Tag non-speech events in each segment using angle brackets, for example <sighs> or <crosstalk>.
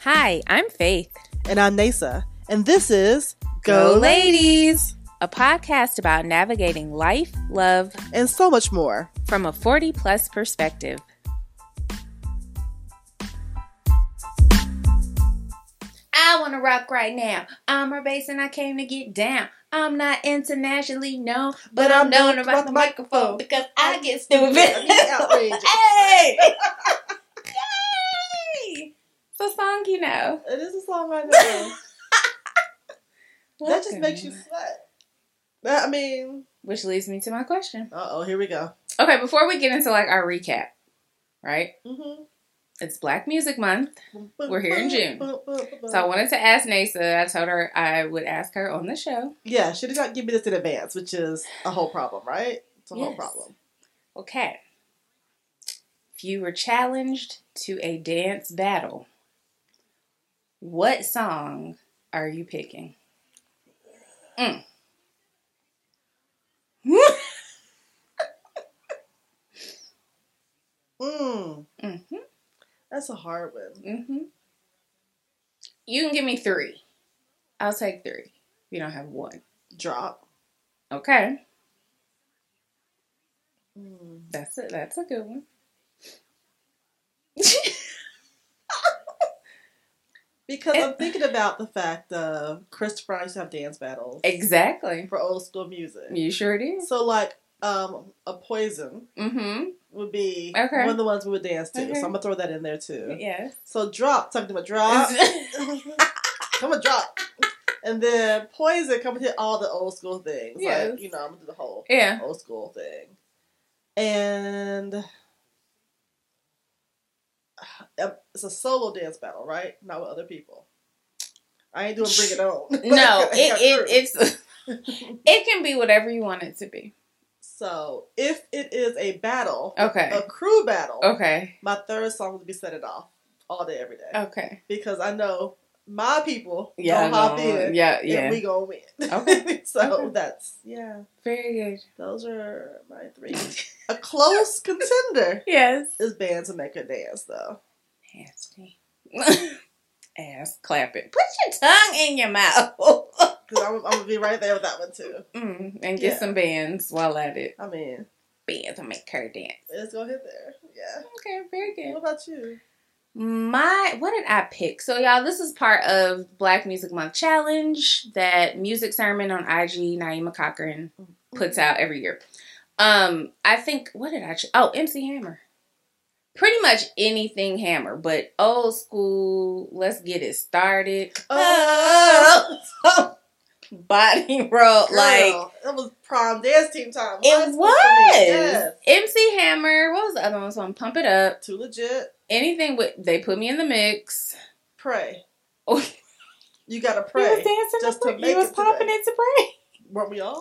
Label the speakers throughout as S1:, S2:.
S1: Hi, I'm Faith.
S2: And I'm Nasa. And this is
S1: Go, Ladies! A podcast about navigating life, love,
S2: and so much
S1: <laughs>
S2: more.
S1: from a 40 plus perspective. I want to rock right now. I'm a bass and I came to get down. I'm not internationally known, but, I'm known about the microphone because I get stupid.
S2: Outrageous.
S1: <laughs> hey! Yay! It's a song you know.
S2: It is a song
S1: <laughs>
S2: I know. that just
S1: Welcome.
S2: makes you sweat. That, I mean,
S1: Which leads me to my question.
S2: uh oh, here we go.
S1: Okay, before we get into like our recap, right?
S2: Mm-hmm.
S1: It's Black Music Month. We're here in June. So I wanted to ask Nasa. I told her I would ask her on the show.
S2: yeah, she did not give me this in advance, which is a whole problem, right? It's a whole
S1: Yes.
S2: problem.
S1: Okay. If you were challenged to a dance battle, what song are you picking? Mm.
S2: Mm,
S1: hmm
S2: that's a hard one.
S1: hmm You can give me three. I'll take three. If you don't have one.
S2: Drop.
S1: Okay.
S2: Mm.
S1: That's it. That's a good one.
S2: Because
S1: It-
S2: I'm thinking about the fact of Christopher used to have dance battles
S1: Exactly.
S2: for old school music.
S1: You sure did.
S2: So like um a poison
S1: Mm-hmm.
S2: would be
S1: Okay.
S2: one of the ones we would dance to.
S1: Okay.
S2: So I'm gonna throw that in there too.
S1: Yes.
S2: So drop talking about drop.
S1: Uh,
S2: Come on, drop. And then poison come and hit all the old school things.
S1: Yes.
S2: Like, you know, I'm gonna do the whole
S1: <laughs> yeah.
S2: old school thing. And <sighs> um, uh, it's a solo dance battle, right? Not with other people. I ain't doing bring it
S1: <laughs>
S2: on. <laughs>
S1: No, it, it it's it can be whatever you want it to be.
S2: so if it is a battle,
S1: Okay.
S2: a crew battle,
S1: Okay.
S2: my third song would be set it off all day every day
S1: Okay.
S2: because I know my people
S1: Oh. Yeah.
S2: gonna hop
S1: no,
S2: in
S1: Yeah.
S2: and
S1: Yeah.
S2: we gonna win.
S1: Okay.
S2: <laughs> so
S1: Okay.
S2: that's yeah.
S1: Very good.
S2: Those are my three. a close contender
S1: Yes.
S2: is "Band to Make a Dance," though.
S1: Nasty. <laughs> Ass clapping. Put your tongue in your mouth. <laughs>
S2: Because I'm, I'm gonna be right there with that one too.
S1: mm, and get
S2: Yeah.
S1: some bands while at it.
S2: I mean,
S1: Bands will make her dance.
S2: it's gonna hit there. Yeah.
S1: Okay. Very good.
S2: What about you?
S1: My what did I pick? So y'all, this is part of Black Music Month challenge that music sermon on IG Naima Cochran puts
S2: Mm-hmm.
S1: out every year. Um, I think what did I? Ch- oh, MC Hammer. Pretty much anything Hammer, but old school. Let's get it started.
S2: Oh,
S1: <laughs> Body roll like
S2: like that was prom dance team time. High school for
S1: it
S2: me.
S1: was.
S2: Yes.
S1: MC Hammer. What was the other one? So I'm pump it up.
S2: Too legit. Anything
S1: Anything with they put me in the mix.
S2: Pray.
S1: Oh,
S2: You gotta
S1: he was
S2: pray.
S1: dancing.
S2: just
S1: to
S2: to
S1: break.
S2: make
S1: he was
S2: it today.
S1: popping it to break.
S2: Weren't we all?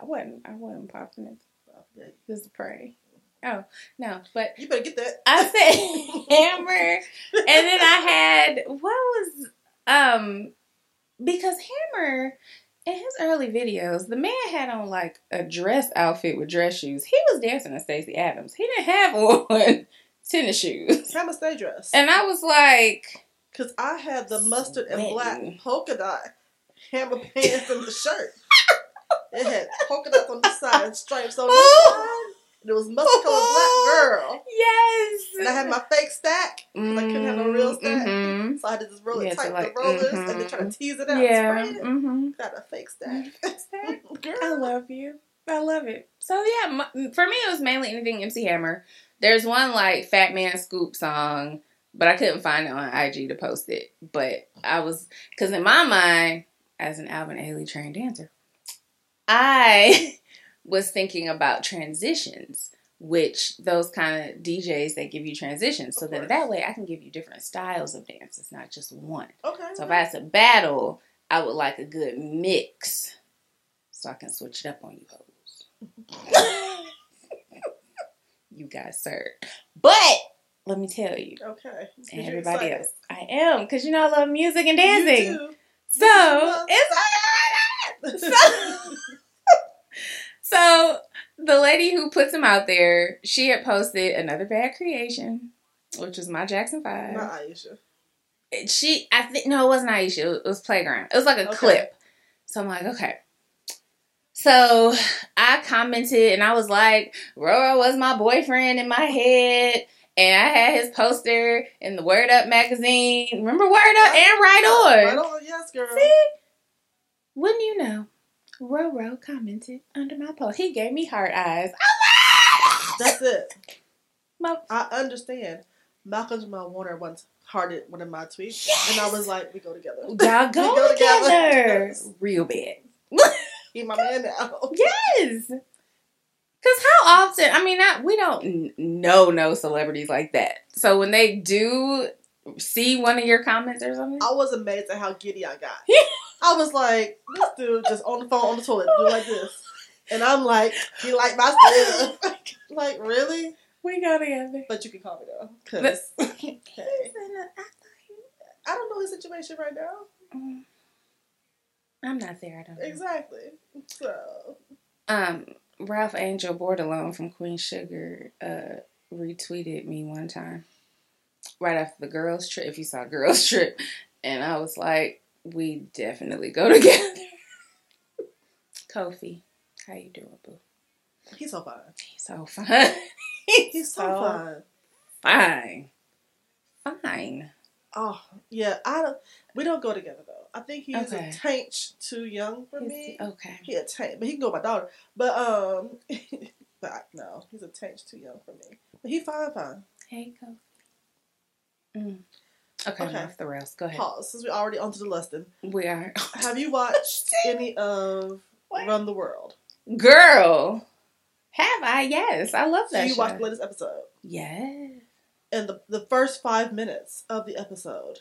S1: I wasn't. I wasn't popping it. Just pray. Oh no, but
S2: You better get that.
S1: I said <laughs> hammer, and then I had what was um because hammer in his early videos, the man had on like a dress outfit with dress shoes. He was dancing to Stacey Adams. He didn't have <laughs> on tennis shoes,
S2: Time to stay dressed.
S1: and I was like,
S2: Cause I had the mustard and black
S1: Sweating.
S2: polka dot hammer pants and the shirt. It had polka dots on the side and stripes on the side. And it was mustard colored black
S1: "Oh,
S2: girl.
S1: yes,
S2: And I had my fake stack, I couldn't have no real stack.
S1: Mhm.
S2: so I had to just roll
S1: Yeah,
S2: it
S1: so
S2: tight with
S1: like,
S2: the rollers and
S1: mhm.
S2: then try to tease it out.
S1: Yeah.
S2: Spray it.
S1: Mm-hmm.
S2: Got a fake stack.
S1: I
S2: girl.
S1: love you. I love it. So yeah, my, for me it was mainly anything MC Hammer. There's one like Fat Man Scoop song, but I couldn't find it on IG to post it. But I was because in my mind, as an Alvin Ailey trained dancer, I <laughs> was thinking about transitions, which those kind of DJs that give you transitions, so
S2: Of
S1: that
S2: course.
S1: that way I can give you different styles of dance. It's not just one.
S2: Okay.
S1: So if I had to battle, I would like a good mix so I can switch it up on you hoes. <laughs> you guys served. But let me tell you,
S2: okay. 'Cause
S1: and
S2: you're
S1: everybody
S2: excited.
S1: else, I am because you know I love music and
S2: You
S1: dancing.
S2: too.
S1: So it's <laughs>
S2: <laughs>
S1: So- so the lady who puts them out there, she had posted another bad creation, which was my Jackson Five.
S2: Not Aisha.
S1: she I think no, it wasn't Aisha. It was Playground. It was like a
S2: Okay.
S1: clip. So I'm like, okay. So I commented and I was like, Roro was my boyfriend in my head. And I had his poster in the Word Up magazine. Remember Word Up and Right
S2: Right
S1: On.
S2: on, yes, girl.
S1: See? Wouldn't you know? Roro commented under my post. He gave me heart eyes.
S2: That's it.
S1: My-
S2: I understand. Malcolm Jamal Warner once hearted one of my tweets, and I was like, "We go together.
S1: Y'all go
S2: go together.
S1: together. Real bad.
S2: He my man now."
S1: Yes. Cause how often? I mean, I, we don't n- know no celebrities like that. So when they do see one of your comments or something,
S2: I was amazed at how giddy
S1: <laughs>
S2: I got. I was like, "This dude just on the phone on the toilet, doing like this," and I'm like, "He like my stuff." <laughs> like, really?
S1: we go together.
S2: <laughs> But you can call me though,
S1: But-
S2: because okay. I don't know his situation right now.
S1: <laughs> I'm not there. I don't. Know.
S2: Exactly. So
S1: Um, Ralph Angel Bordelon from Queen Sugar uh, retweeted me one time right after the girls trip. If you saw girls <laughs> trip, and I was like, "We definitely go <laughs> together." Kofi, how you doing, boo?
S2: he's so fine.
S1: He's so fine. <laughs>
S2: He's so
S1: So-
S2: fine.
S1: fine, fine.
S2: Oh yeah, I don't. We don't go together though. I think he's
S1: Okay.
S2: a taint too young for me.
S1: He's- Okay.
S2: He a taint, but he can go with my daughter. But um, <laughs> but I, no, he's a taint too young for me. But he fine, fine.
S1: Hey, Kofi. Mm. Okay,
S2: Okay.
S1: off the rails. Go ahead.
S2: Pause. Since we're already onto the lesson,
S1: We are <laughs>
S2: have you watched any of
S1: What?
S2: Run the World?
S1: girl. Have I? Yes, I love
S2: So
S1: that.
S2: you
S1: show.
S2: watched the latest episode
S1: Yes.
S2: and the the first five minutes of the episode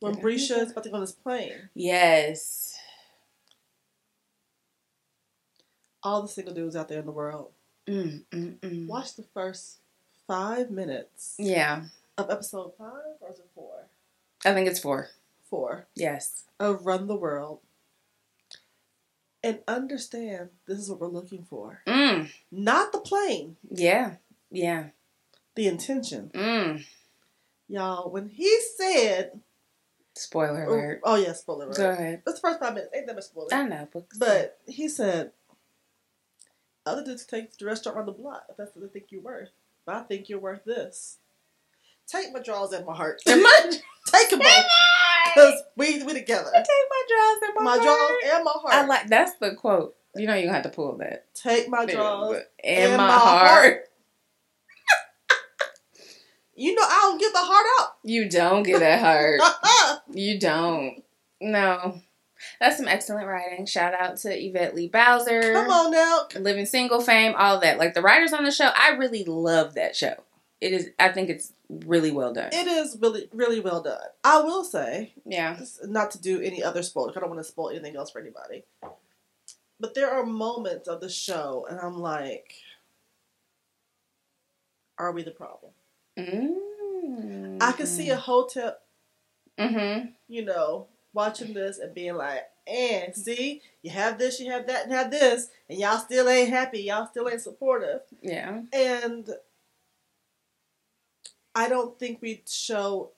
S2: when
S1: Yeah.
S2: Brisha is about to go on this plane.
S1: Yes.
S2: All the single dudes out there in the world
S1: Mm, mm, mm.
S2: watch the first five minutes.
S1: Yeah,
S2: of episode five or is it four?
S1: I think it's four.
S2: Four
S1: Yes.
S2: of Run the World. And understand this is what we're looking for.
S1: Mm.
S2: Not the plane,
S1: Yeah. Yeah.
S2: the intention.
S1: Mm.
S2: Y'all, when he said
S1: Spoiler alert.
S2: Oh yeah, spoiler
S1: Go
S2: alert.
S1: ahead.
S2: That's the first five minutes. Ain't that much spoiler.
S1: I know, but,
S2: But he said other dudes take the restaurant around the block if that's what they think you're worth. But I think you're worth this. Take my draws and my heart. <laughs>
S1: Am I-
S2: take them both. Because we we together.
S1: I <laughs> take
S2: My
S1: my drawers and my,
S2: draws
S1: heart.
S2: and my heart.
S1: I like that's the quote. You know you're gonna have to pull that.
S2: Take my draws.
S1: and, my,
S2: and my
S1: heart.
S2: heart. You know I don't give the heart Uh-uh.
S1: You don't get that
S2: <laughs>
S1: heart.
S2: out.
S1: you don't. No. That's some excellent writing. Shout out to Yvette Lee Bowser.
S2: Come on now.
S1: Living Single Fame, all that. Like the writers on the show, I really love that show. It is I think it's really well done.
S2: It is really really well done. I will say,
S1: yeah.
S2: this- not to do any other spoil. 'cause I don't want to spoil anything else for anybody. But there are moments of the show, and I'm like, are we the problem?
S1: mm
S2: I could see a hotel,
S1: Mm-hmm.
S2: you know, watching this and being like, and see, you have this, you have that, and have this, and y'all still ain't happy. Y'all still ain't supportive.
S1: Yeah.
S2: And I don't think we show.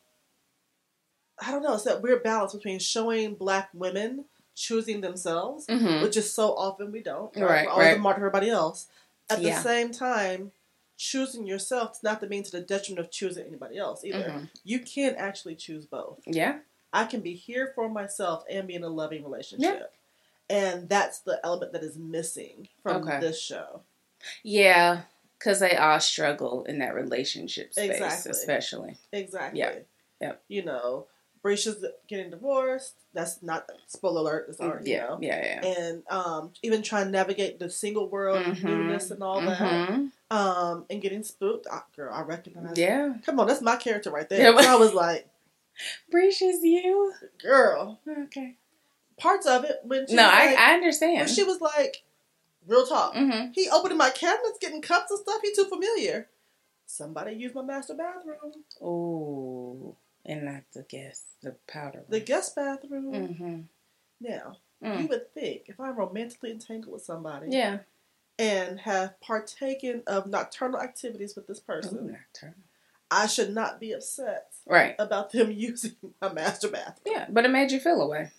S2: I don't know. It's that weird balance between showing black women choosing themselves,
S1: Mm-hmm.
S2: which is so often we don't.
S1: Right,
S2: We're always
S1: right.
S2: a martyr to everybody else. At
S1: Yeah.
S2: the same time, choosing yourself does not to mean to the detriment of choosing anybody else either. You can actually choose both.
S1: Mm-hmm. Yeah.
S2: I can be here for myself and be in a loving relationship. And that's the element that is missing from
S1: Okay.
S2: this show.
S1: Yeah. Cause they all struggle in that relationship space,
S2: Exactly.
S1: especially.
S2: Exactly.
S1: Yeah. Yep.
S2: You know, Brisha's getting divorced. That's not spoiler alert. It's already you
S1: Yeah,
S2: know.
S1: yeah, yeah.
S2: And um, even trying to navigate the single world, and
S1: Mhm.
S2: newness, and all that.
S1: Mhm.
S2: Um, and getting spooked. Ah, girl, I recognize.
S1: Yeah.
S2: Come on, that's my character right there.
S1: Yeah, but-
S2: So I was like,
S1: Breaches you.
S2: girl,
S1: Okay.
S2: parts of it when she
S1: No,
S2: was
S1: I,
S2: like,
S1: I
S2: when
S1: understand.
S2: she was like, real talk.
S1: mm-hmm.
S2: He opening my cabinets, getting cups and stuff. He too familiar. Somebody used my master bathroom,
S1: Oh, and not the guess the powder.
S2: the guest bathroom.
S1: mm-hmm.
S2: Now, you
S1: mm.
S2: would think if I'm romantically entangled with somebody
S1: Yeah.
S2: and have partaken of nocturnal activities with this
S1: Ooh,
S2: person,
S1: nocturnal.
S2: I should not be upset
S1: Right.
S2: about them <laughs> using my master bath.
S1: Yeah. But it made you feel away.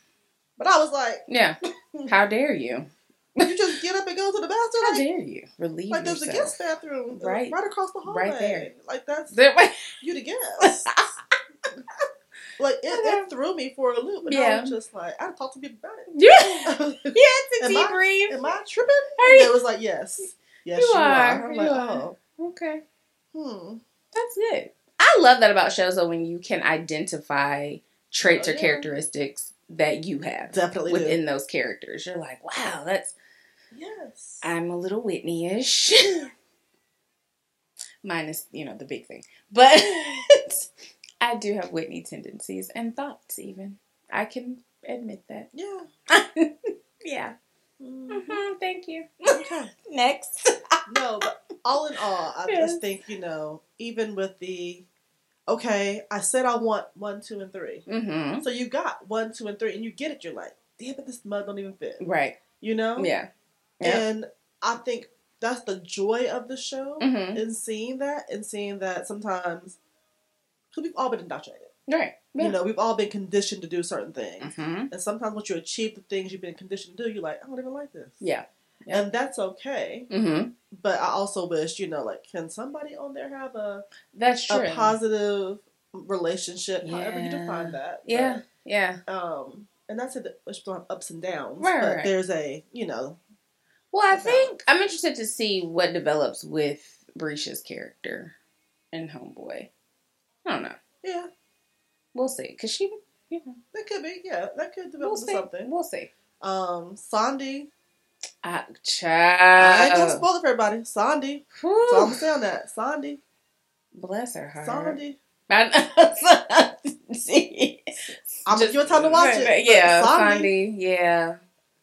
S2: But I was like,
S1: Yeah.
S2: <laughs>
S1: How dare you?
S2: you just get up and go to
S1: <laughs>
S2: the
S1: How
S2: bathroom. Like,
S1: dare you? Relieve
S2: like there's a
S1: yourself. <laughs>
S2: guest bathroom uh,
S1: Right.
S2: right, right across the hallway.
S1: Right there.
S2: Like that's
S1: There's <laughs>
S2: you the guest. <laughs> like it, it threw me for a loop, and
S1: Yeah.
S2: I was just like, I talked to people about it.
S1: yeah. <laughs>
S2: <laughs> Am
S1: Yeah, it's a
S2: Am
S1: deep
S2: I-
S1: breath.
S2: I tripping?
S1: Are
S2: And
S1: you-
S2: They was like, yes, yes,
S1: You
S2: you, are.
S1: are,
S2: I'm
S1: you
S2: like,
S1: are. Okay.
S2: oh, hmm.
S1: That's good. I love that about shows though when you can identify traits
S2: Oh,
S1: or
S2: yeah.
S1: characteristics that you have
S2: Definitely do.
S1: within those characters. You're like, wow, that's
S2: Yes.
S1: I'm a little Whitney-ish. <laughs> Minus, you know, the big thing. But <laughs> I do have Whitney tendencies and thoughts even. I can admit that.
S2: yeah.
S1: Yeah. <laughs>
S2: Mhm.
S1: Mhm, thank you.
S2: Okay.
S1: Next.
S2: No, but all in all, I
S1: Yes.
S2: just think you know, even with the okay, I said I want one, two, and three.
S1: Mm-hmm.
S2: So you got one, two, and three, and you get it. You're like, damn it, this mug don't even fit.
S1: Right.
S2: You know?
S1: Yeah. Yeah.
S2: And I think that's the joy of the show
S1: Mm-hmm.
S2: in seeing that and seeing that sometimes because we've all been indoctrinated.
S1: Right. Yeah.
S2: You know, we've all been conditioned to do certain things.
S1: mm-hmm.
S2: And sometimes once you achieve the things you've been conditioned to do, you're like, I don't even like this.
S1: Yeah.
S2: And that's okay.
S1: Mm-hmm.
S2: But I also wish, you know, like, can somebody on there have a,
S1: That's true.
S2: a positive relationship, however you
S1: Yeah.
S2: define that?
S1: Yeah. Yeah.
S2: But, um, and that's it, which don't have ups and downs.
S1: Right,
S2: but
S1: right.
S2: there's a, you know,
S1: Well, I
S2: about.
S1: think I'm interested to see what develops with Brisha's character and Homeboy. I don't know.
S2: yeah,
S1: We'll see. Cause she, you know,
S2: that could be, yeah, that could develop
S1: we'll
S2: into
S1: see.
S2: something.
S1: We'll see.
S2: Um, Sandy,
S1: I,
S2: I ain't gonna
S1: child.
S2: spoil it for everybody. Sandy,
S1: Whew.
S2: so I'm saying that. Sandy,
S1: Bless her heart. <laughs>
S2: Sandy.
S1: I- See?
S2: I'm gonna
S1: Just-
S2: give it time to watch
S1: Right,
S2: it.
S1: right.
S2: but
S1: Yeah,
S2: Sandy.
S1: Sandy. Yeah.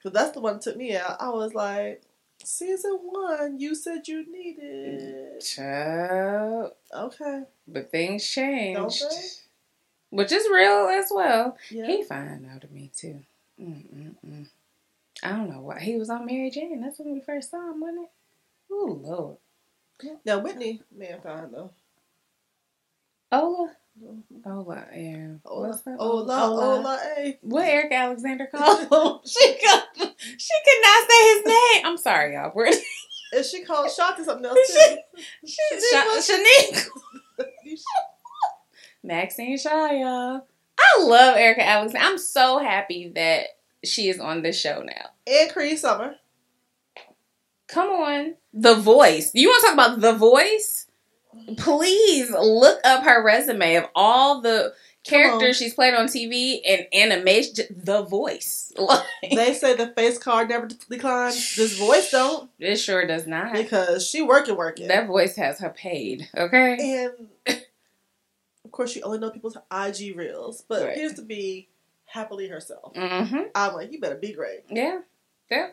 S2: Cause that's the one that took me out. I was like, season one, you said you needed.
S1: Child.
S2: Okay.
S1: But things changed.
S2: they?
S1: Which is real as well.
S2: Yeah.
S1: He fine out of me too. Mm-mm-mm. I don't know why he was on Mary Jane. That's when we first saw him, wasn't it? Oh Lord,
S2: now Whitney, man, fine though.
S1: Ola, Ola, yeah.
S2: Ola,
S1: What's her-
S2: Ola, Ola, hey.
S1: What Eric Alexander called <laughs> him? she could, she could not say his name. I'm sorry, y'all. We're, she,
S2: And she called Shanta something else too.
S1: She- Sha- Shanique, <laughs>
S2: You sh-
S1: Maxine Shaw, y'all. I love Erica Alexander. I'm so happy that she is on this show now.
S2: and Cree Summer.
S1: Come on. The Voice. You want to talk about The Voice? Please look up her resume of all the
S2: Come on.
S1: characters she's played on TV and animation. J- The Voice. <laughs> Like,
S2: They say the face card never de- declines. This
S1: <laughs>
S2: voice don't
S1: it sure does not.
S2: because she working working.
S1: That voice has her paid, okay?
S2: and of course, you only know people's IG reels, but
S1: Right.
S2: appears to be happily herself.
S1: Mm-hmm.
S2: I'm like, you better be great.
S1: Yeah. Yeah.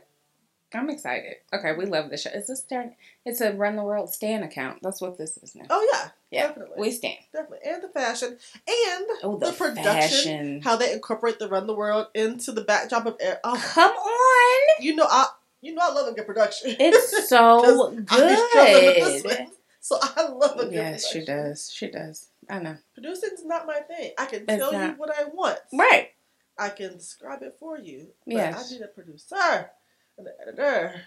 S1: I'm excited. Okay, we love the show. Is this turn? It's a Run the World Stan account. That's what this is now.
S2: Oh yeah,
S1: Yeah.
S2: definitely.
S1: We stand.
S2: Definitely. And the fashion. And
S1: Oh, the,
S2: The production.
S1: fashion.
S2: how they incorporate the run the world into the backdrop of air. Oh,
S1: Come on.
S2: you know I you know I love a good production. <laughs>
S1: It's so
S2: 'Cause
S1: good.
S2: I be struggling with this one. So I love a good
S1: Yes, she
S2: production.
S1: does. She does. I know.
S2: Producing's not my thing. I can
S1: It's
S2: tell you
S1: not.
S2: what I want.
S1: Right.
S2: I can describe it for you. But
S1: Yes.
S2: I need a producer and an editor.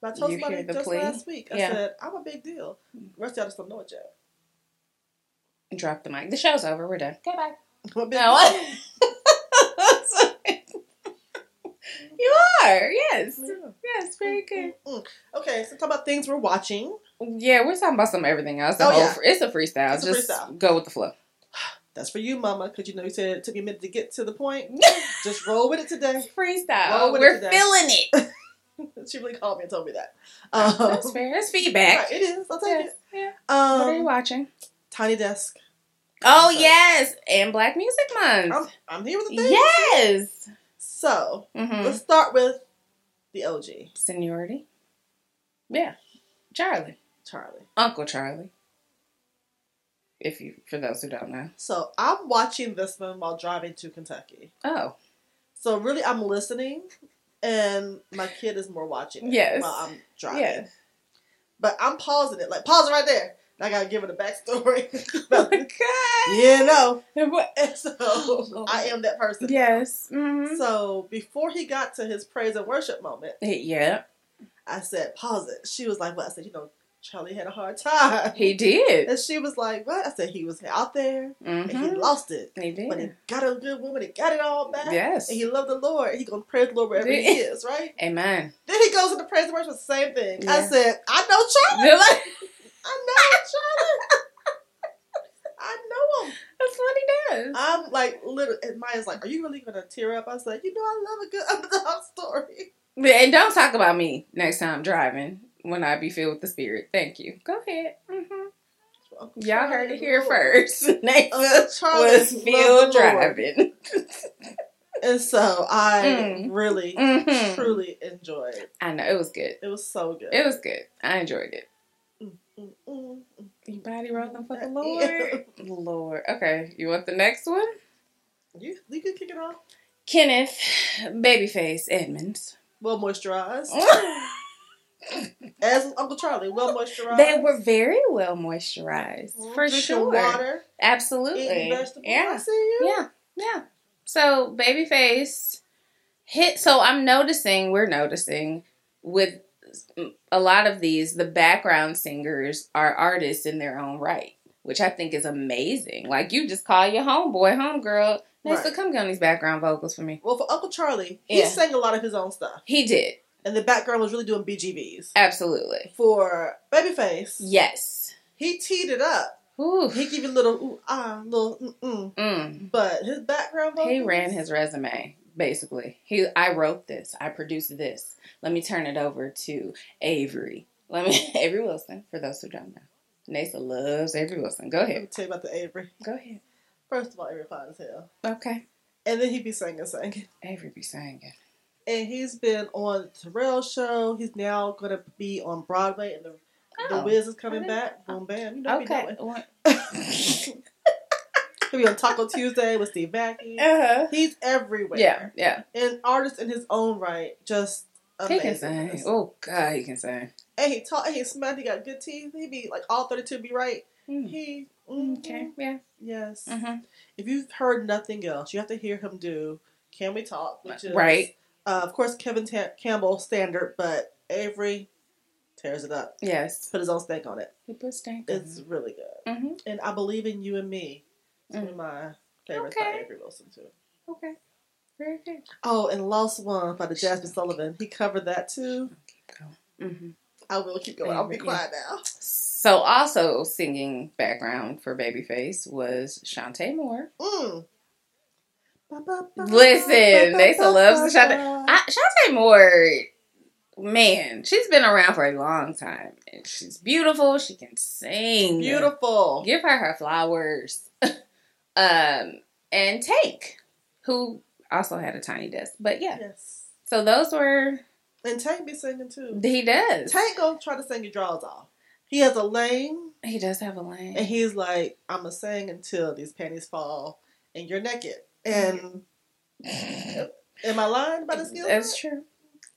S2: But I told
S1: You
S2: somebody
S1: hear the
S2: just
S1: plea?
S2: last week. I
S1: Yeah.
S2: said, I'm a big deal. The rest of y'all just don't know it yet.
S1: Drop the mic. The show's over. We're done. Goodbye.
S2: <laughs> I'm a big
S1: No.
S2: <laughs> deal.
S1: you are. Yes.
S2: Yeah.
S1: Yes. <laughs> Very good.
S2: Mm. Okay, so talk about things we're watching.
S1: Yeah, we're talking about some everything else. The
S2: Oh,
S1: whole
S2: yeah.
S1: fr- it's a freestyle.
S2: It's a
S1: Just
S2: freestyle.
S1: go with the flow.
S2: That's for you, Mama, because you know you said it took me a minute to get to
S1: <laughs>
S2: the point. Just roll with it today. <laughs>
S1: It's freestyle.
S2: Roll with it
S1: we're
S2: today.
S1: feeling <laughs> it.
S2: She really called me and told me that. Um,
S1: That's fair. It's
S2: right,
S1: feedback.
S2: it is. I'll take
S1: Yes.
S2: it.
S1: Yeah. what are you
S2: Um,
S1: watching?
S2: Tiny Desk.
S1: Oh
S2: sorry.
S1: yes, and Black Music
S2: I'm,
S1: Month.
S2: I'm here with the thing.
S1: Yes.
S2: So
S1: Mm-hmm.
S2: let's start with the OG,
S1: Seniority. Yeah. Charlie.
S2: Charlie.
S1: Uncle Charlie. If you, for those who don't know.
S2: So I'm watching this one while driving to Kentucky.
S1: Oh, <laughs>
S2: So really, I'm listening, and my kid is more watching. it
S1: Yes.
S2: While I'm driving.
S1: yes.
S2: But I'm pausing it, like pause it right there. I gotta give it
S1: <laughs>
S2: a backstory.
S1: Oh
S2: But,
S1: my god.
S2: yeah, no.
S1: What-
S2: And
S1: Oh.
S2: so I am that person.
S1: Yes. Mm-hmm.
S2: So before he got to his praise and worship moment,
S1: Yeah,
S2: I said, pause it. She was like, What? I said, you know, Charlie had a hard time.
S1: he did.
S2: And she was like, What? I said, he was out there and he
S1: Mm-hmm.
S2: lost it.
S1: He
S2: But he
S1: did.
S2: got a good woman and got it all back.
S1: Yes.
S2: And he loved the Lord. He gonna praise the Lord wherever he
S1: Yeah.
S2: is, right?
S1: Amen. <laughs>
S2: Then he goes into praise and worship, same thing. I
S1: Yeah.
S2: said, I know Charlie.
S1: They're like,
S2: I know Charlie. I know him.
S1: That's what he does.
S2: I'm like, literally, and Maya's like, Are you really gonna tear up? I was like, You know, I love a good <laughs> underdog story.
S1: But- And don't talk about me next time driving when I be filled with the spirit. Thank you. Go ahead. hmm
S2: Mm-hmm.
S1: Y'all heard it here first. <laughs> Next
S2: Uh, Charlie
S1: was
S2: was
S1: field
S2: <laughs>
S1: driving.
S2: And so I
S1: Mm.
S2: really,
S1: Mhm.
S2: truly enjoyed it.
S1: I know it was good.
S2: It was so good.
S1: It was good. I enjoyed it.
S2: Mm, mm, mm.
S1: You body rolling <laughs> for the
S2: Yeah.
S1: Lord. Lord. Okay. You want the next one?
S2: You, you can kick it off.
S1: Kenneth Babyface
S2: <laughs>
S1: Edmonds.
S2: Well moisturized.
S1: Oh.
S2: As Uncle Charlie, well moisturized.
S1: they were very well moisturized.
S2: Mm,
S1: For
S2: drinking
S1: sure.
S2: Water, eating
S1: Absolutely.
S2: vegetables. I
S1: Yeah.
S2: see you.
S1: Yeah, yeah. So babyface hit. So I'm noticing, we're noticing with a lot of these, the background singers are artists in their own right, which I think is amazing. Like you just call your homeboy, homegirl. Right.
S2: Right.
S1: So come get on these background vocals for me.
S2: Well, for Uncle Charlie, he
S1: Yeah.
S2: sang a lot of his own stuff,
S1: He did
S2: and the background was really doing BGVs.
S1: absolutely.
S2: For Babyface,
S1: Yes.
S2: he teed it up.
S1: Ooh.
S2: He give you little ooh ah, little mm mm.
S1: Mm.
S2: But his background vocals,
S1: He ran his resume basically. He I wrote this. I produced this. Let me turn it over to Avery. Let me <laughs> Avery Wilson for those who don't know. Nasa loves Avery Wilson. Go
S2: Let
S1: ahead.
S2: me tell you about the Avery.
S1: Go ahead.
S2: First of all, Avery fine as hell,
S1: Okay.
S2: and then he be singing, singing.
S1: Avery be singing.
S2: And he's been on the Terrell show. He's now gonna be on Broadway, and the the
S1: Oh,
S2: Wiz is
S1: I
S2: coming
S1: didn't-
S2: back. Boom, bam. You know what
S1: okay.
S2: he doing.
S1: <laughs> What-
S2: He'll be on Taco Tuesday with Steve Mackey.
S1: Uh-huh.
S2: He's everywhere.
S1: Yeah, yeah.
S2: an artist in his own right, just
S1: He can
S2: amazing.
S1: sing. Oh God, he can sing.
S2: And he taught, and he smart. He got good teeth. He be like all thirty-two. Be right.
S1: Mm.
S2: He
S1: Okay.
S2: mhm.
S1: Yeah.
S2: Yes.
S1: Mhm.
S2: If you've heard nothing else, you have to hear him do "Can We Talk," which is
S1: Right.
S2: Uh, of course, Kevin Tam- Campbell standard, but Avery tears it up.
S1: Yes.
S2: Put his own stank on it.
S1: He puts stank. on
S2: It's really good.
S1: it. Mhm.
S2: And I believe in you and me. It's one of my favorites by
S1: Mm. Okay.
S2: Avery Wilson too.
S1: Okay. Very good.
S2: Oh, and "Lost One" by the Jasmine Sullivan. He covered that too.
S1: Mhm.
S2: I will keep going. I'll be
S1: Favorite,
S2: quiet now.
S1: So also singing background for Babyface was Shantae Moore.
S2: Mm.
S1: Listen, Nasa loves the Sade- I, Shantae Moore, man, she's been around for a long time, and she's beautiful. She can sing.
S2: Beautiful.
S1: Give her her flowers. <laughs> um, and Take, who also had a tiny desk, but yeah.
S2: Yes.
S1: So those were
S2: And Tank be singing too.
S1: he does.
S2: Tank gonna try to sing your draws off. He has a lane,
S1: He does have a lane.
S2: and he's like, "I'ma sing until these panties fall and you're naked." And
S1: <sighs>
S2: <laughs> am I lying about his skill?
S1: That's true.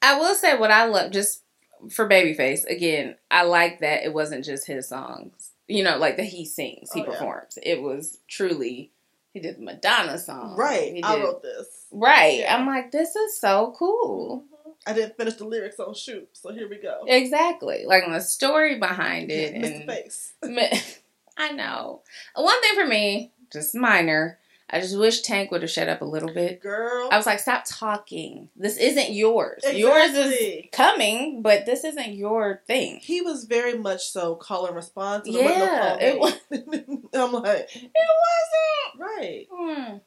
S1: I will say what I love just for Babyface again. I like that it wasn't just his songs. You know, like that he sings, he
S2: Oh, yeah.
S1: performs. It was truly he did the Madonna song, He
S2: Right. I
S1: did-
S2: wrote this.
S1: right.
S2: Yeah.
S1: I'm like, this is so cool.
S2: Mhm. I didn't finish the lyrics on shoot, so here we go.
S1: Exactly, like the story behind it,
S2: Mr.
S1: and
S2: Face.
S1: Mi- <laughs> I know one thing for me, just minor. I just wish Tank would have shut up a little bit.
S2: Girl.
S1: I was like, stop talking. This isn't yours. Yours is
S2: Exactly.
S1: coming, but this isn't your thing.
S2: he was very much so call and response. And
S1: Yeah,
S2: yeah,
S1: it
S2: it was. <laughs> I'm like,
S1: It wasn't.
S2: right.
S1: Hmm.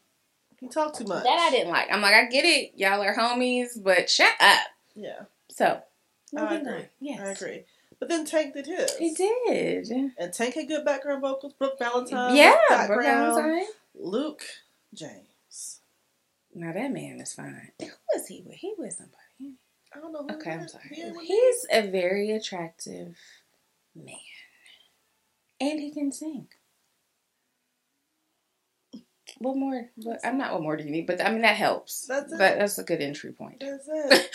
S2: He talked too much.
S1: That I didn't like. I'm like, I get it. Y'all are homies, but shut up.
S2: Yeah,
S1: So,
S2: I
S1: moving
S2: agree.
S1: on. Yes.
S2: I agree. But then Tank did his.
S1: He did.
S2: And Tank had good background vocals. Brooke Valentine.
S1: yeah.
S2: was
S1: Brooke
S2: background.
S1: Valentine.
S2: Luke James.
S1: Now that man is fine. Who was he with? He with somebody.
S2: I don't know. Who
S1: Okay, I'm
S2: that-
S1: <laughs>
S2: he
S1: sorry.
S2: was-
S1: He's a very attractive man. And he can sing. What more? What, I'm not what more do you need, but I mean that helps.
S2: That's it.
S1: That, that's a good entry point. <laughs>
S2: That's it.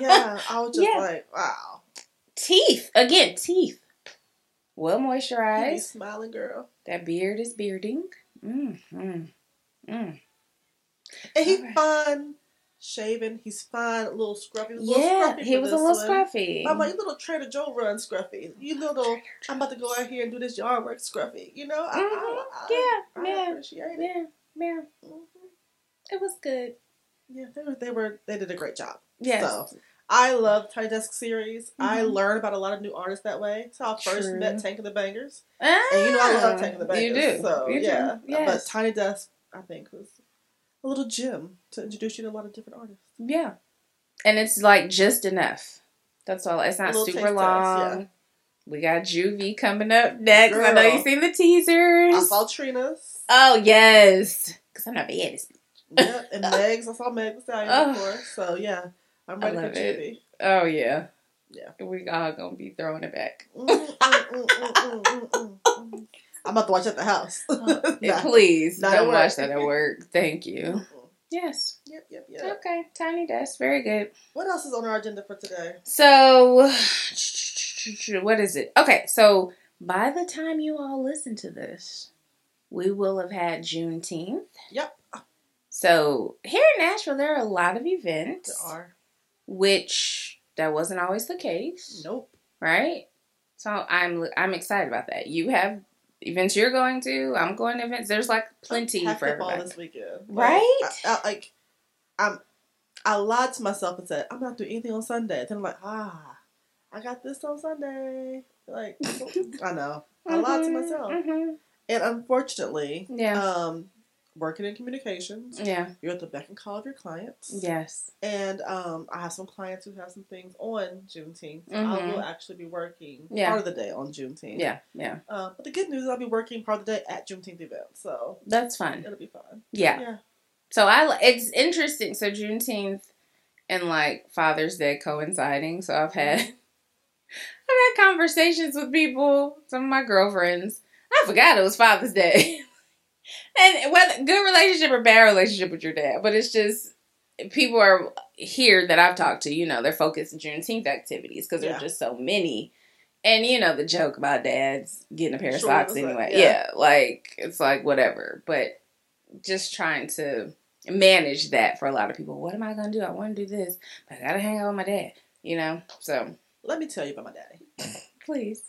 S2: yeah, I was just
S1: Yeah.
S2: like, wow.
S1: Teeth again, teeth. well
S2: You be
S1: moisturized.
S2: smiling girl.
S1: That beard is bearding. Mm, mm, mm.
S2: And he's
S1: Alright.
S2: fine shaven. He's fine. A little scruffy. A little
S1: Yeah,
S2: scruffy
S1: he
S2: for
S1: was a
S2: this
S1: little
S2: one.
S1: scruffy.
S2: I'm like, you little Trader Joe run, Scruffy. You little, I'm about to go out here and do this yard work, Scruffy. You know, I, I, I,
S1: Mm-hmm. Yeah,
S2: I
S1: yeah.
S2: appreciate it.
S1: yeah, yeah,
S2: Mhm.
S1: it was good.
S2: Yeah, they were, they were, they did a great job.
S1: Yes.
S2: So I love Tiny Desk series. I
S1: Mhm.
S2: learned about a lot of new artists that way. That's how I first
S1: True.
S2: met Tank of the Bangers,
S1: Ah,
S2: and you know I love Tank of the
S1: You
S2: Bangers.
S1: do.
S2: So
S1: you
S2: yeah,
S1: do. Yes.
S2: but Tiny Desk, I think was a little gem to introduce you to a lot of different artists.
S1: yeah. And it's like just enough. That's all. It's not
S2: Little taste
S1: super
S2: test,
S1: long. We got Juvie coming up next. I know
S2: Girl.
S1: you seen the teasers.
S2: I saw Trina's.
S1: Oh yes, because I'm not bad.
S2: yep, and Meg's. I saw Meg the Stallion
S1: Oh.
S2: before. So yeah, I'm
S1: I
S2: ready for
S1: love it.
S2: Juvie.
S1: Oh yeah,
S2: Yeah.
S1: We all gonna be throwing it back.
S2: Mm, mm, mm, mm, mm, mm, mm. I'm about to watch at the house.
S1: Yeah,
S2: <laughs> Nah.
S1: Please
S2: Not at
S1: don't
S2: work.
S1: watch that at work. Thank you. Yes.
S2: <laughs> Yep, yep, yep.
S1: Okay. Tiny desk. Very good.
S2: What else is on our agenda for today?
S1: So, <sighs> what is it? Okay. So by the time you all listen to this, we will have had Juneteenth.
S2: Yep.
S1: So here in Nashville, there are a lot of events,
S2: There are.
S1: which that wasn't always the case.
S2: Nope.
S1: right? So I'm I'm excited about that. You have events you're going to. I'm going to events. There's like plenty
S2: Packed
S1: for
S2: up all
S1: everybody.
S2: this weekend.
S1: Right?
S2: I, I, like, I'm. I lied to myself and said I'm not doing anything on Sunday. Then I'm like, ah, I got this on Sunday.
S1: <laughs>
S2: Like, I know. I lied to
S1: Mhm,
S2: myself.
S1: mhm.
S2: And unfortunately,
S1: Yeah.
S2: um, working in communications,
S1: yeah.
S2: you're at the beck and call of your clients.
S1: Yes.
S2: And um, I have some clients who have some things on Juneteenth. So I
S1: Mhm.
S2: will actually be working
S1: Yeah.
S2: part of the day on Juneteenth.
S1: Yeah. Yeah.
S2: Uh, but the good news is I'll be working part of the day at Juneteenth event, so
S1: That's fun.
S2: it'll be fun.
S1: Yeah.
S2: Yeah.
S1: So I li- it's interesting. So Juneteenth and like Father's Day coinciding. So I've had I've had conversations with people, some of my girlfriends. I forgot it was Father's Day. <laughs> and whether good relationship or bad relationship with your dad, but it's just people are here that I've talked to, you know, they're focused on Juneteenth activities because there
S2: Yeah.
S1: are just so many. And you know the joke about dads getting a pair of
S2: Sure,
S1: socks
S2: it was like-
S1: anyway. yeah,
S2: yeah.
S1: like it's like whatever. But just trying to manage that for a lot of people. What am I gonna do? I wanna do this, but I gotta hang out with my dad, you know? So
S2: <laughs> Let me tell you about my daddy.
S1: please.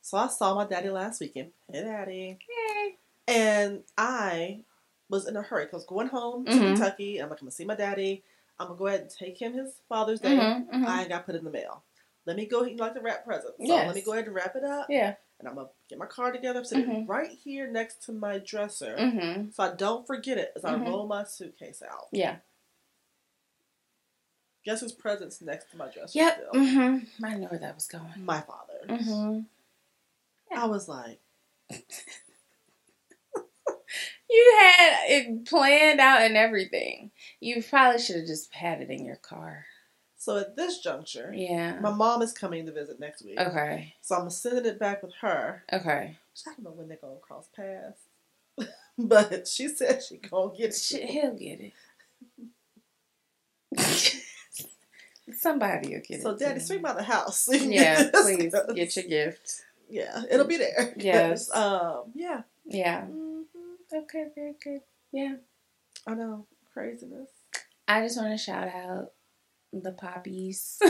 S2: So I saw my daddy last weekend. Hey, daddy.
S1: Yay.
S2: And I was in a hurry 'cause I was going home to
S1: Mhm.
S2: Kentucky. I'm like, I'm gonna see my daddy. I'm gonna go ahead and take him his Father's Day.
S1: Mhm, mhm.
S2: I got put in the mail. Let me go. He liked to wrap presents, so
S1: Yes.
S2: let me go ahead and wrap it up.
S1: yeah.
S2: And I'm gonna get my car together. I'm sitting
S1: Mhm.
S2: right here next to my dresser,
S1: hmm
S2: so I don't forget it as I
S1: Mhm.
S2: roll my suitcase out.
S1: Yeah.
S2: Guess whose presents next to my dresser?
S1: Yep.
S2: Still?
S1: hmm I knew where that was going.
S2: My father.
S1: hmm Yeah.
S2: I was like,
S1: You had it planned out and everything. You probably should have just had it in your car.
S2: so at this juncture,
S1: Yeah.
S2: my mom is coming to visit next week,
S1: Okay.
S2: so I'm sending it back with her.
S1: Okay.
S2: I don't know when they're gonna cross paths, <laughs> but she said she gonna get it.
S1: Shit, he'll get it. <laughs> Somebody will get it.
S2: so
S1: to
S2: daddy,
S1: him. <laughs>
S2: swing by the house. <laughs>
S1: Yeah,
S2: Yes,
S1: please get
S2: yes.
S1: your gift.
S2: Yeah, it'll be there. <laughs>
S1: Yes.
S2: um. Yeah.
S1: Yeah.
S2: hmm
S1: Okay, very good. Yeah.
S2: I know. Craziness.
S1: I just want to shout out the poppies <laughs>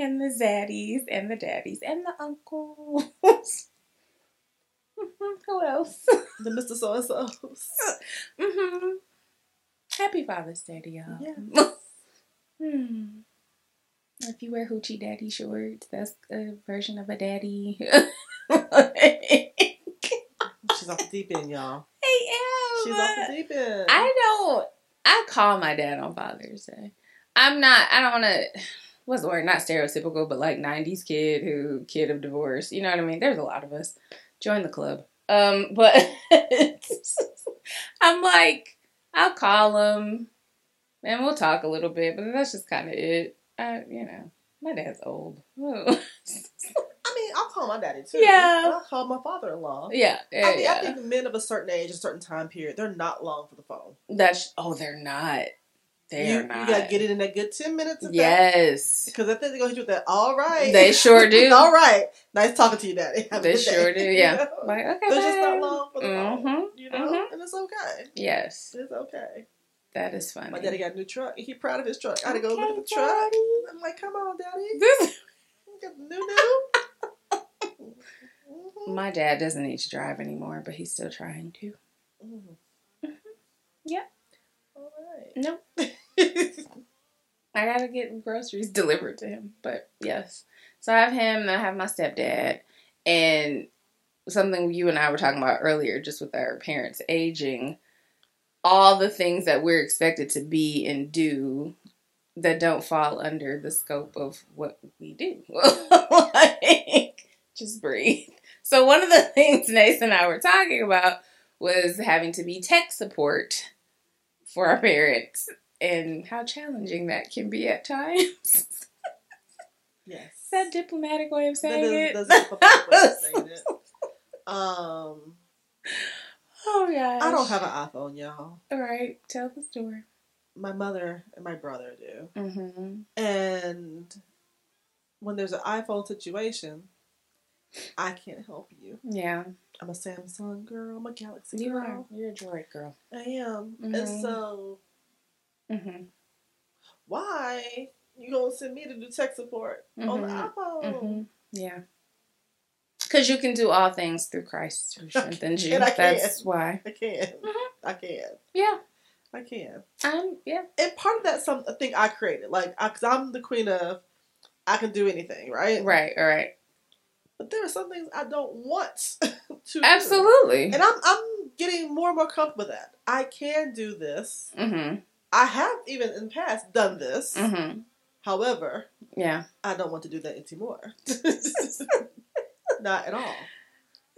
S1: and the zaddies and the daddies and the uncles. <laughs> Who else?
S2: The Mr. So and so.
S1: hmm Happy Father's Day to y'all.
S2: Yeah.
S1: <laughs> Hmm. If you wear hoochie daddy shorts, that's a version of a daddy. <laughs> hey,
S2: <laughs> She's off the deep end, y'all.
S1: ew.
S2: She's off the deep end.
S1: Oh, I don't. I call my dad on Father's Day. I'm not. I don't want to. What's the word? Not stereotypical, but like '90s kid who kid of divorce. You know what I mean? There's a lot of us. Join the club. Um, but <laughs> I'm like, I'll call him, and we'll talk a little bit. But that's just kind of it. I, you know, my dad's old. <laughs>
S2: I mean, I'll call my daddy too.
S1: Yeah.
S2: And I'll call my father in law.
S1: yeah, yeah,
S2: I, mean,
S1: yeah.
S2: I think men of a certain age, a certain time period, they're not long for the phone.
S1: That's oh, they're not.
S2: you,
S1: They're
S2: you
S1: not.
S2: gotta get it in that good ten minutes. Of that.
S1: yes.
S2: Because I think they're gonna hit you with that. All right.
S1: They sure do.
S2: <laughs> All right. Nice talking to you, Daddy. Have a
S1: They
S2: good day."
S1: sure do,
S2: <laughs> You
S1: yeah.
S2: know?
S1: Like, okay.
S2: They're just
S1: babe.
S2: not long for the phone,
S1: Mhm,
S2: You know,
S1: mhm.
S2: and it's okay.
S1: Yes.
S2: It's okay.
S1: That is funny.
S2: My daddy got a new truck. He proud of his truck. I had to go
S1: Okay,
S2: look at the truck.
S1: Daddy.
S2: I'm like, come on, Daddy.
S1: This-
S2: Look at the new new.
S1: <laughs>
S2: Mhm.
S1: My dad doesn't need to drive anymore, but he's still trying to.
S2: Mhm.
S1: Mm-hmm. Yeah.
S2: All right.
S1: Nope. I gotta get groceries <laughs> delivered to him. But yes. So I have him and I have my stepdad and something you and I were talking about earlier, just with our parents aging, all the things that we're expected to be and do that don't fall under the scope of what we do. <laughs> like, just breathe. So one of the <laughs> things Nathan and I were talking about was having to be tech support for our parents and how challenging that can be at times. <laughs> Is
S2: yes.
S1: that a diplomatic way of saying it?
S2: that does, does
S1: <laughs>
S2: look like it. Um,
S1: oh gosh.
S2: I don't have an iPhone, y'all.
S1: All right, tell the story.
S2: My mother and my brother do.
S1: Mm-hmm.
S2: And when there's an iPhone situation, I can't help you.
S1: Yeah,
S2: I'm a Samsung girl. I'm a Galaxy
S1: you are.
S2: girl.
S1: You're a droid girl.
S2: I am.
S1: Mhm.
S2: And so,
S1: Mm-hmm.
S2: why you gonna send me to do tech support on the
S1: Mhm.
S2: iPhone?
S1: hmm Yeah. Because you can do all things through Christ who strengthens you.
S2: And I can.
S1: That's why.
S2: I can.
S1: Mhm.
S2: I can.
S1: Yeah.
S2: I can.
S1: Um. Yeah.
S2: And part of that's some a thing I created. Like, I, cause I'm the queen of, I can do anything, right?
S1: Right. All right.
S2: But there are some things I don't want <laughs> to. do.
S1: Absolutely.
S2: And I'm I'm getting more and more comfortable with that. I can do this.
S1: Mm-hmm.
S2: I have even in the past done this.
S1: Mm-hmm.
S2: However,
S1: Yeah.
S2: I don't want to do that anymore. <laughs> Not at all.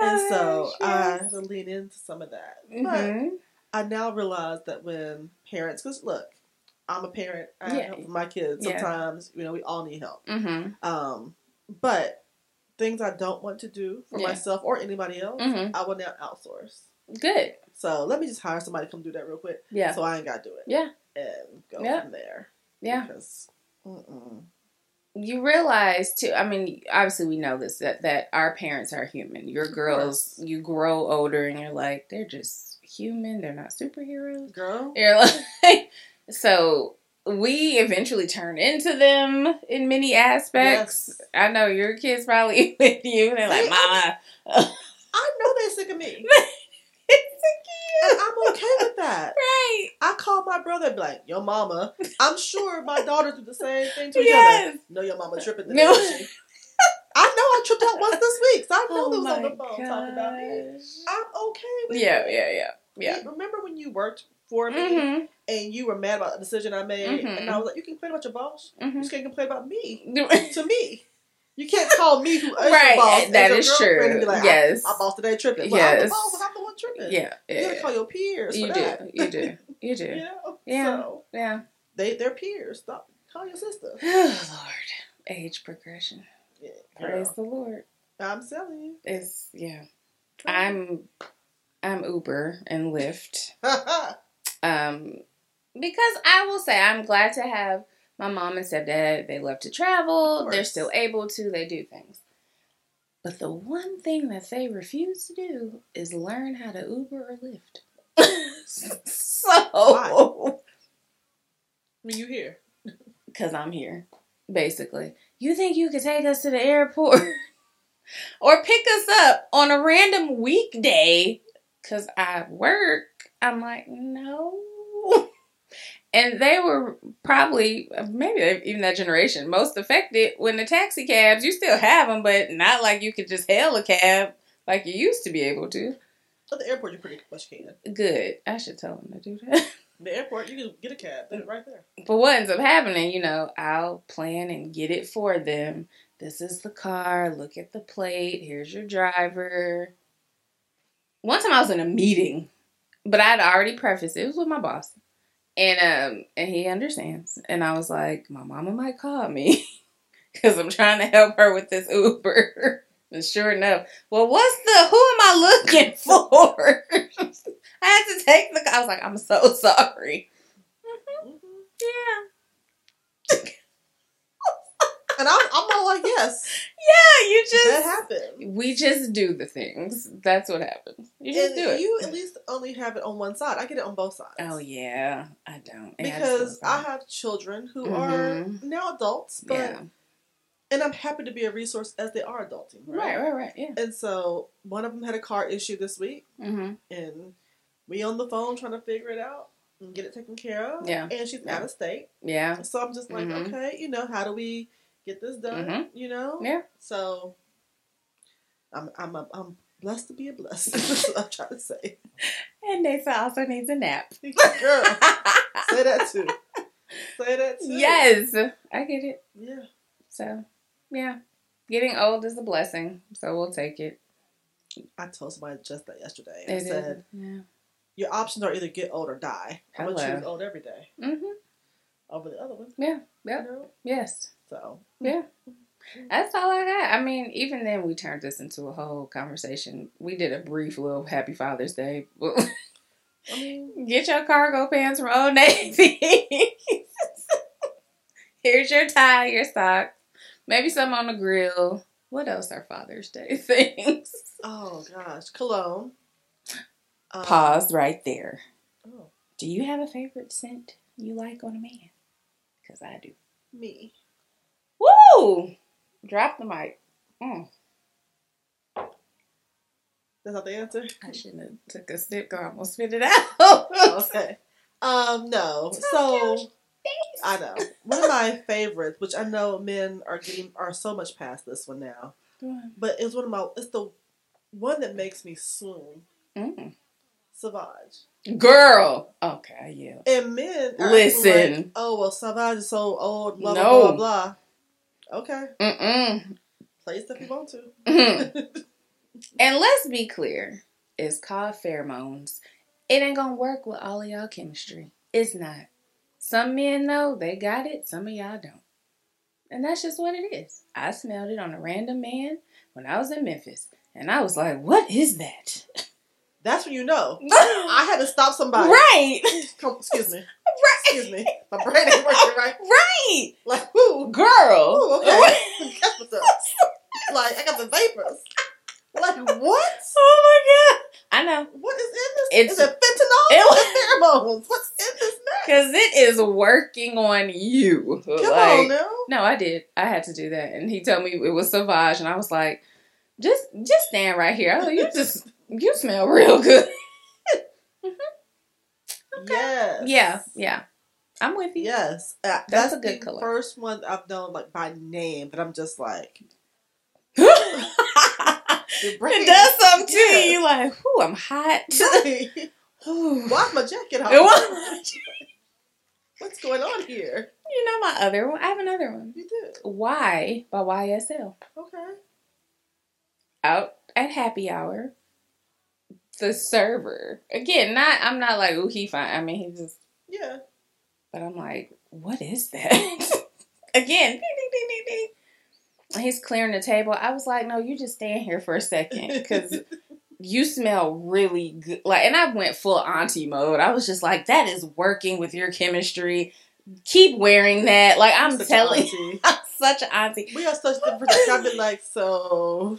S2: And so
S1: Oh,
S2: I had
S1: yes.
S2: to lean into some of that. But
S1: Mm-hmm.
S2: I now realize that when parents, because look, I'm a parent. I
S1: Yeah.
S2: help with my kids
S1: Yeah.
S2: sometimes. You know, we all need help.
S1: Mm-hmm.
S2: Um, but things I don't want to do for
S1: Yeah.
S2: myself or anybody else,
S1: Mhm.
S2: I will now outsource.
S1: Good.
S2: So let me just hire somebody to come do that real quick.
S1: Yeah.
S2: So I ain't got to do it.
S1: Yeah.
S2: And go
S1: Yeah.
S2: from there.
S1: Yeah.
S2: Because, mm-mm.
S1: you realize too i mean obviously we know this that, that our parents are human your girls you grow older and you're like they're just human they're not superheroes
S2: girl.
S1: you're <laughs> like so we eventually turn into them in many aspects
S2: Yes.
S1: i know your kids probably <laughs> with you they're like
S2: They-
S1: mama <laughs>
S2: I know they're sick of me. And I'm okay with that.
S1: right
S2: I call my brother and be like, yo mama. I'm sure my daughters do the same thing to each
S1: Yes.
S2: other. <laughs> No, your mama tripping today.
S1: No.
S2: isn't she?" I know I tripped out once this week. So I know
S1: Oh
S2: they was on the
S1: my
S2: phone talking about me.
S1: Oh gosh.
S2: I'm okay with
S1: yeah
S2: it.
S1: yeah yeah yeah
S2: Remember when you worked for me
S1: mm-hmm,
S2: and you were mad about a decision I made?
S1: Mhm.
S2: And I was like, you can complain about your boss. You
S1: mm-hmm.
S2: just can't complain about me. To me. You can't call me who is your
S1: <laughs>
S2: boss.
S1: right
S2: as
S1: that
S2: your
S1: is
S2: girlfriend
S1: true
S2: And be like,
S1: yes
S2: I, my boss today tripping. Well, I'm
S1: Yes.
S2: the boss and I'm the one tripping.
S1: yeah, yeah,
S2: You gotta
S1: yeah.
S2: call your peers.
S1: You
S2: for
S1: do.
S2: that.
S1: You
S2: <laughs>
S1: do. You
S2: You
S1: do.
S2: know?
S1: Yeah.
S2: So
S1: Yeah. <sighs>
S2: they they're peers. Stop call your sister.
S1: Oh, Lord. Age progression.
S2: Yeah,
S1: Praise
S2: girl.
S1: the Lord.
S2: I'm telling you.
S1: It's yeah. I'm I'm Uber and Lyft. Um because I will say I'm glad to have my mom and stepdad. They love to travel. They're
S2: course.
S1: still able to. They do things. But the one thing that they refuse to do is learn how to Uber or <laughs> Lyft. so,
S2: Why? when you here.
S1: because I'm here, basically. You think you could take us to the airport <laughs> or pick us up on a random weekday because I work? I'm like, no. <laughs> And they were probably, maybe even that generation, most affected when the taxi cabs, you still have them, but not like you could just hail a cab like you used to be able to.
S2: At the airport you pretty much can.
S1: Good. I should tell them to do that.
S2: The airport you can get a cab. They're right there.
S1: But what ends up happening, you know, I'll plan and get it for them. This is the car. Look at the plate. Here's your driver. One time I was in a meeting, but I'd already prefaced it. It was with my boss. And um and he understands. And I was like, my mama might call me <laughs> because I'm trying to help her with this Uber. <laughs> and sure enough, well, what's the who am I looking <laughs> for? I had to take the I was like, I'm so <laughs> sorry.
S2: Mhm.
S1: Yeah.
S2: And I'm, I'm all like,
S1: <laughs>
S2: yes,
S1: Yeah, you
S2: that
S1: just
S2: happened.
S1: we just do the things. That's what happens. You just
S2: and
S1: do it.
S2: you at least only have it on one side. I get it on both sides.
S1: oh yeah, I don't And I just
S2: Because
S1: don't
S2: I,
S1: know.
S2: have children who
S1: Mhm.
S2: are now adults, but
S1: yeah,
S2: and I'm happy to be a resource as they are adulting.
S1: right, right, right, yeah.
S2: And so one of them had a car issue this week,
S1: hmm
S2: and we on the phone trying to figure it out and get it taken care of.
S1: Yeah.
S2: And she's
S1: Yeah.
S2: out of state,
S1: Yeah,
S2: so I'm just like,
S1: Mhm.
S2: okay, you know, how do we get this done?
S1: Mhm.
S2: You know.
S1: Yeah.
S2: So I'm I'm I'm, I'm blessed to be a blessed. <laughs> I'm trying to say,
S1: and Nasa also needs a nap. <laughs>
S2: girl, say that too. Say that too.
S1: yes, I get it.
S2: Yeah.
S1: So, yeah, getting old is a blessing, so we'll take it.
S2: I told somebody just that yesterday.
S1: It
S2: I
S1: is.
S2: said
S1: Yeah.
S2: your options are either get old or die. I'm
S1: Hello.
S2: gonna choose old every day
S1: Mm-hmm.
S2: over the other one.
S1: Yeah. Yep.
S2: You know?
S1: Yes.
S2: So
S1: Yeah. That's all I had. I mean, even then, we turned this into a whole conversation. We did a brief little Happy Father's Day. <laughs>
S2: I mean,
S1: Get your cargo pants from Old <laughs> Navy. Here's your tie, your socks, maybe some on the grill. What else are Father's Day <laughs> things?
S2: oh gosh, cologne. Um,
S1: Pause right there.
S2: Oh,
S1: Do you have a favorite scent you like on a man? Because I do.
S2: me.
S1: Woo! Drop the mic. Mm.
S2: That's not the answer.
S1: I shouldn't have took a sip. 'cause I almost spit it out.
S2: Okay. <laughs> Um, no.
S1: Oh,
S2: So I know one of my favorites, which I know men are getting are so much past this one now, but it's one of my. It's the one that makes me swoon.
S1: Mm.
S2: Savage.
S1: Girl. Okay, yeah.
S2: And men are
S1: Listen.
S2: acting like, oh well, Savage is so old. Blah blah
S1: No.
S2: blah blah. blah. Okay,
S1: Mm-mm.
S2: play stuff you want to.
S1: <laughs> and let's be clear. It's called pheromones. It ain't gonna work with all of y'all chemistry. It's not. Some men know they got it, some of y'all don't. And that's just what it is. I smelled it on a random man when I was in Memphis. And I was like, what is
S2: <laughs>
S1: that?
S2: That's when you know. I had to stop somebody.
S1: right. <laughs>
S2: Come, excuse me.
S1: Right.
S2: Excuse me. My brain ain't working right.
S1: Right.
S2: Like, whoo.
S1: Girl.
S2: Ooh, okay. That's what's up. Like, I got the vapors. Like, what?
S1: <laughs> oh my god. I know.
S2: What is in
S1: It's-
S2: this? is it fentanyl?
S1: it
S2: It pheromones. What's in this mess?
S1: Cause it is working on you.
S2: Come
S1: Like-
S2: on now.
S1: No, I did. I had to do that. And he told me it was Savage and I was like, just just stand right here. I was like, you just you smell real good.
S2: Yes.
S1: Yeah, yeah. I'm with <laughs> you.
S2: Yes. Uh, that's,
S1: a good
S2: the
S1: color.
S2: first one I've known, like, by name, but I'm just like,
S1: <laughs>
S2: your brain-
S1: it does something to
S2: <laughs> Yeah.
S1: you. You like, whew, I'm <laughs> hot.
S2: Right.
S1: Whew.
S2: Why's my jacket
S1: <laughs> It
S2: on?
S1: was-
S2: What's going on here?
S1: you know my other one. I have another one.
S2: You did.
S1: Why by YSL.
S2: Okay.
S1: out at happy hour. The server again, not I'm not like oh he fine. I mean he just,
S2: Yeah.
S1: but I'm like what is that <laughs> again? Ding, ding, ding, ding, ding. And He's clearing the table. I was like, no, you just stand here for a second
S2: <laughs>
S1: because you smell really good. Like, and I went full auntie mode. I was just like, that is working with your chemistry. Keep wearing that. Like I'm
S2: Such a
S1: telling,
S2: auntie.
S1: <laughs> I'm such an auntie.
S2: we are such different. Like, I've been like, so,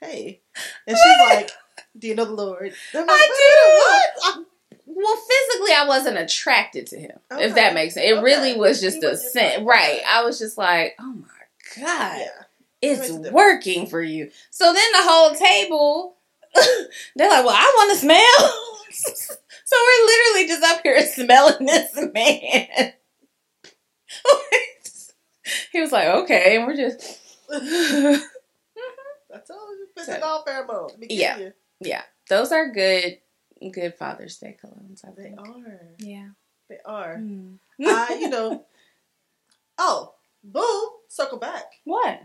S2: hey, and she's like, do you know the Lord? And I'm like,
S1: I
S2: "Wait a minute, what?"
S1: Well, physically, I wasn't attracted to him.
S2: Okay.
S1: If that makes sense, it
S2: Okay.
S1: really was just
S2: You
S1: a
S2: was just
S1: scent,
S2: like,
S1: right?
S2: okay.
S1: I was just like, oh my god,
S2: Yeah, makes
S1: it's
S2: a difference.
S1: working for you. So then the whole table, <laughs> they're like, well, I want to smell. <laughs> so we're literally just up here <laughs> smelling this man. <laughs> he was like, okay, and we're just. <laughs>
S2: I told you, it's an all pheromones. Let me give
S1: Yeah.
S2: you.
S1: Those are good, good Father's Day colognes. I
S2: they
S1: think.
S2: are,
S1: Yeah.
S2: they
S1: <laughs>
S2: are.
S1: Mm.
S2: I, you know, oh, boom, circle back.
S1: What?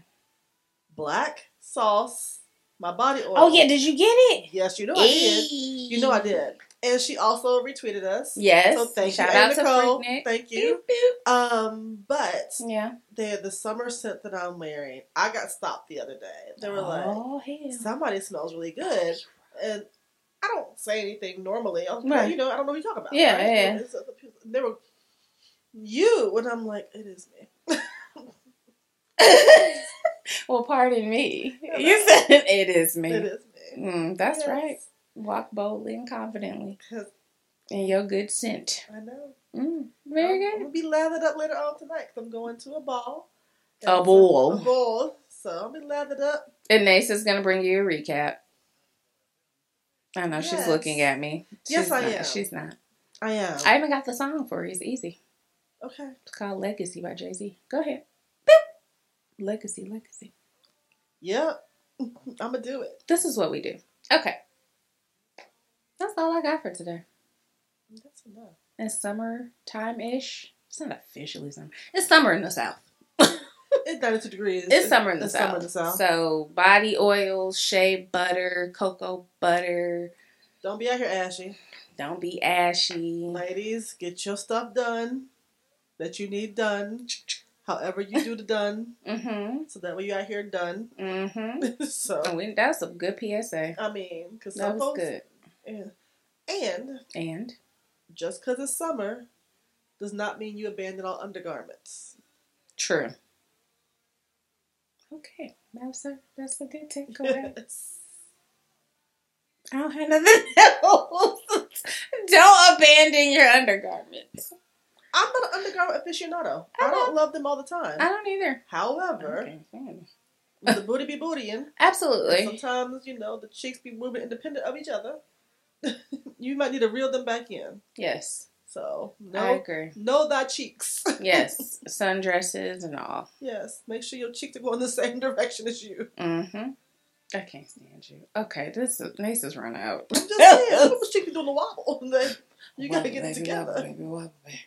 S2: Black sauce, my body oil.
S1: Oh yeah, did you get it?
S2: yes, you know I did. You know I did. And she also retweeted us.
S1: Yes.
S2: So thank
S1: Shout
S2: you,
S1: out
S2: Hey,
S1: to
S2: Nicole.
S1: Freaknik.
S2: Thank
S1: Boop,
S2: you. Um, but
S1: boop. Yeah.
S2: the the summer scent that I'm wearing, I got stopped the other day. They were like,
S1: oh hell.
S2: somebody smells really good, and I don't say anything normally. I'm,
S1: Right.
S2: You know, I don't know what you're talking about.
S1: Yeah, yeah.
S2: It's- it's- they were you. And I'm like, it is me.
S1: <laughs> well, pardon me.
S2: Hello.
S1: You said it is me.
S2: It is me.
S1: Mm, that's
S2: Yes.
S1: right. Walk boldly and confidently
S2: 'Cause-
S1: in your good scent.
S2: I know.
S1: Mm, very
S2: I'm- I'm
S1: good.
S2: gonna be lathered up later on tonight because I'm going to a ball.
S1: A
S2: And-
S1: ball.
S2: A ball. So I'll be lathered up.
S1: And Nasa's going to bring you a recap. I know she's
S2: Yes.
S1: looking at me.
S2: Yes,
S1: She's
S2: I
S1: not-
S2: am.
S1: She's not.
S2: I am.
S1: I even got the song for you. It's easy.
S2: okay.
S1: It's called Legacy by Jay Z. Go ahead. Legacy, legacy.
S2: Yep. <laughs> I'm gonna do it.
S1: This is what we do. Okay. That's all I got for today.
S2: That's enough.
S1: It's summertime ish. It's not officially summer. It's summer in the South.
S2: It's 92 degrees.
S1: It's summer in the
S2: It's
S1: South.
S2: summer in the South.
S1: So body oil, shea butter, cocoa butter.
S2: Don't be out here ashy.
S1: Don't be ashy.
S2: Ladies, get your stuff done that you need done. However you do the done.
S1: Mm-hmm.
S2: So that way you out here done. <laughs>
S1: Mm-hmm.
S2: so
S1: And we- that's a good PSA.
S2: I mean, because
S1: That
S2: some
S1: was
S2: folks
S1: good.
S2: Yeah. And
S1: And
S2: just because it's summer does not mean you abandon all undergarments.
S1: true. Okay. That's a that's a good
S2: <laughs>
S1: takeaway.
S2: Yes.
S1: I don't have nothing else. <laughs> Don't abandon your undergarments.
S2: I'm not an undergarment aficionado. I
S1: Okay.
S2: don't love them all the time.
S1: I don't either.
S2: However,
S1: Okay, fine.
S2: with the booty be bootying.
S1: Absolutely.
S2: Sometimes, you know, the cheeks be moving independent of each other. <laughs> you might need to reel them back in.
S1: Yes.
S2: So,
S1: I
S2: know,
S1: agree.
S2: know thy cheeks. <laughs>
S1: Yes. Sundresses and all.
S2: yes, make sure your cheeks are going the <laughs> same direction as you.
S1: Mm-hmm. I can't stand you. Okay, this is Mace's run out.
S2: <laughs> I'm just saying, people's cheeks be doing the wobble. <laughs> Like, you gotta get it
S1: Wobble,
S2: together.
S1: baby, wobble, baby.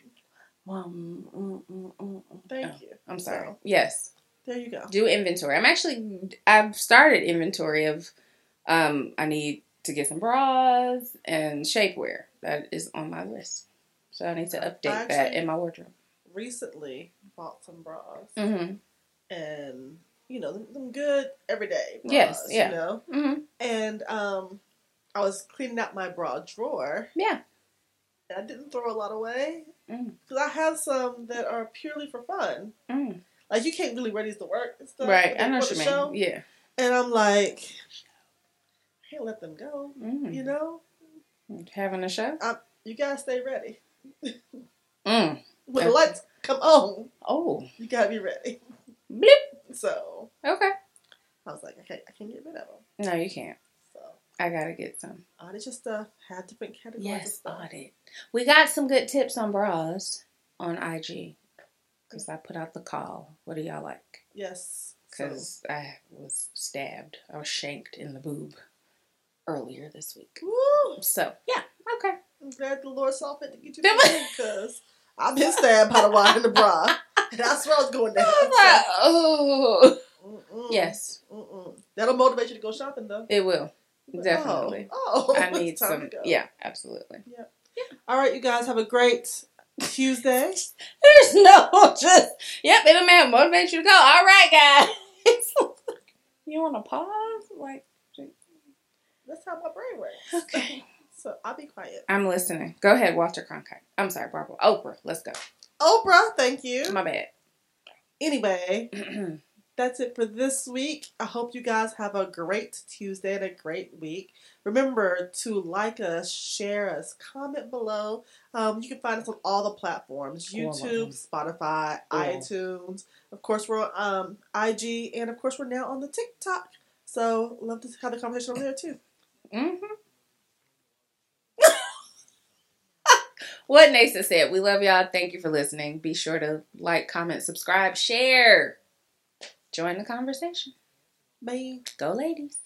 S1: Wom- mm, mm, mm, mm.
S2: Thank
S1: Oh,
S2: you.
S1: I'm sorry.
S2: So,
S1: Yes,
S2: there you go.
S1: do inventory. I'm actually I've started inventory of um I need to get some bras and shapewear. That is on my list. So I need to update that
S2: Actually-
S1: in my wardrobe.
S2: Recently, bought some bras.
S1: Mm-hmm.
S2: And, you know, them, them good everyday bras.
S1: Yes, yeah.
S2: You know?
S1: Mm-hmm.
S2: And um, I was cleaning out my bra drawer.
S1: Yeah.
S2: And I didn't throw a lot away
S1: Mm.
S2: because I have some that are purely for fun.
S1: Mm.
S2: Like you can't really wear these to work and stuff.
S1: Right.
S2: but
S1: I
S2: they
S1: know
S2: for
S1: what you
S2: the
S1: mean.
S2: show.
S1: Yeah.
S2: And I'm like, I can't let them go.
S1: Mm.
S2: You know,
S1: Having a show.
S2: Uh, you gotta stay ready. <laughs>
S1: Mm.
S2: When the
S1: Okay.
S2: lights come on,
S1: Oh.
S2: you gotta be ready. <laughs>
S1: Blip.
S2: So
S1: Okay.
S2: I was like, I can't, I can't get rid of them.
S1: No, you can't.
S2: So
S1: I gotta get some.
S2: audit your stuff. Have different categories. of
S1: Yes,
S2: stuff.
S1: audit. We got some good tips on bras on IG because I put out the call. What do y'all like?
S2: Yes.
S1: Because I was stabbed. I was shanked in the boob earlier this week.
S2: So, woo,
S1: So yeah, <laughs> okay.
S2: I'm glad the Lord saw fit to get you
S1: That
S2: because I've been stabbed by the wire in the bra. And that's where I was going down.
S1: <laughs> I was like, oh
S2: Mm-mm.
S1: yes,
S2: Mm-mm. That'll motivate you to go shopping though.
S1: it will.
S2: Like,
S1: Definitely.
S2: Oh, oh,
S1: I
S2: <laughs> it's
S1: need
S2: time
S1: some.
S2: to go.
S1: Yeah, absolutely.
S2: All right, you guys have a great Tuesday.
S1: There's <laughs> no just. Yep, it'll man motivate you to go. All right, guys. <laughs> you want to pause? Like
S2: That's how my brain works.
S1: okay.
S2: <laughs> So I'll be quiet.
S1: I'm listening. Go ahead, Walter Cronkite. I'm sorry, Barbara. Oprah, let's go.
S2: Oprah, thank you.
S1: My bad. <clears throat> Mm-hmm.
S2: Anyway, that's it for this week. I hope you guys have a great Tuesday and a great week. Remember to like us, share us, comment below. Um, you can find us on all the platforms:
S1: All of them.
S2: YouTube, Spotify,
S1: All.
S2: iTunes. Of course, we're on um, IG, and of course, we're now on the TikTok. So love to have the conversation over there too.
S1: hmm <laughs> what Nasa said. We love y'all. Thank you for listening. Be sure to like, comment, subscribe, share. Join the conversation.
S2: Bye.
S1: Go, ladies.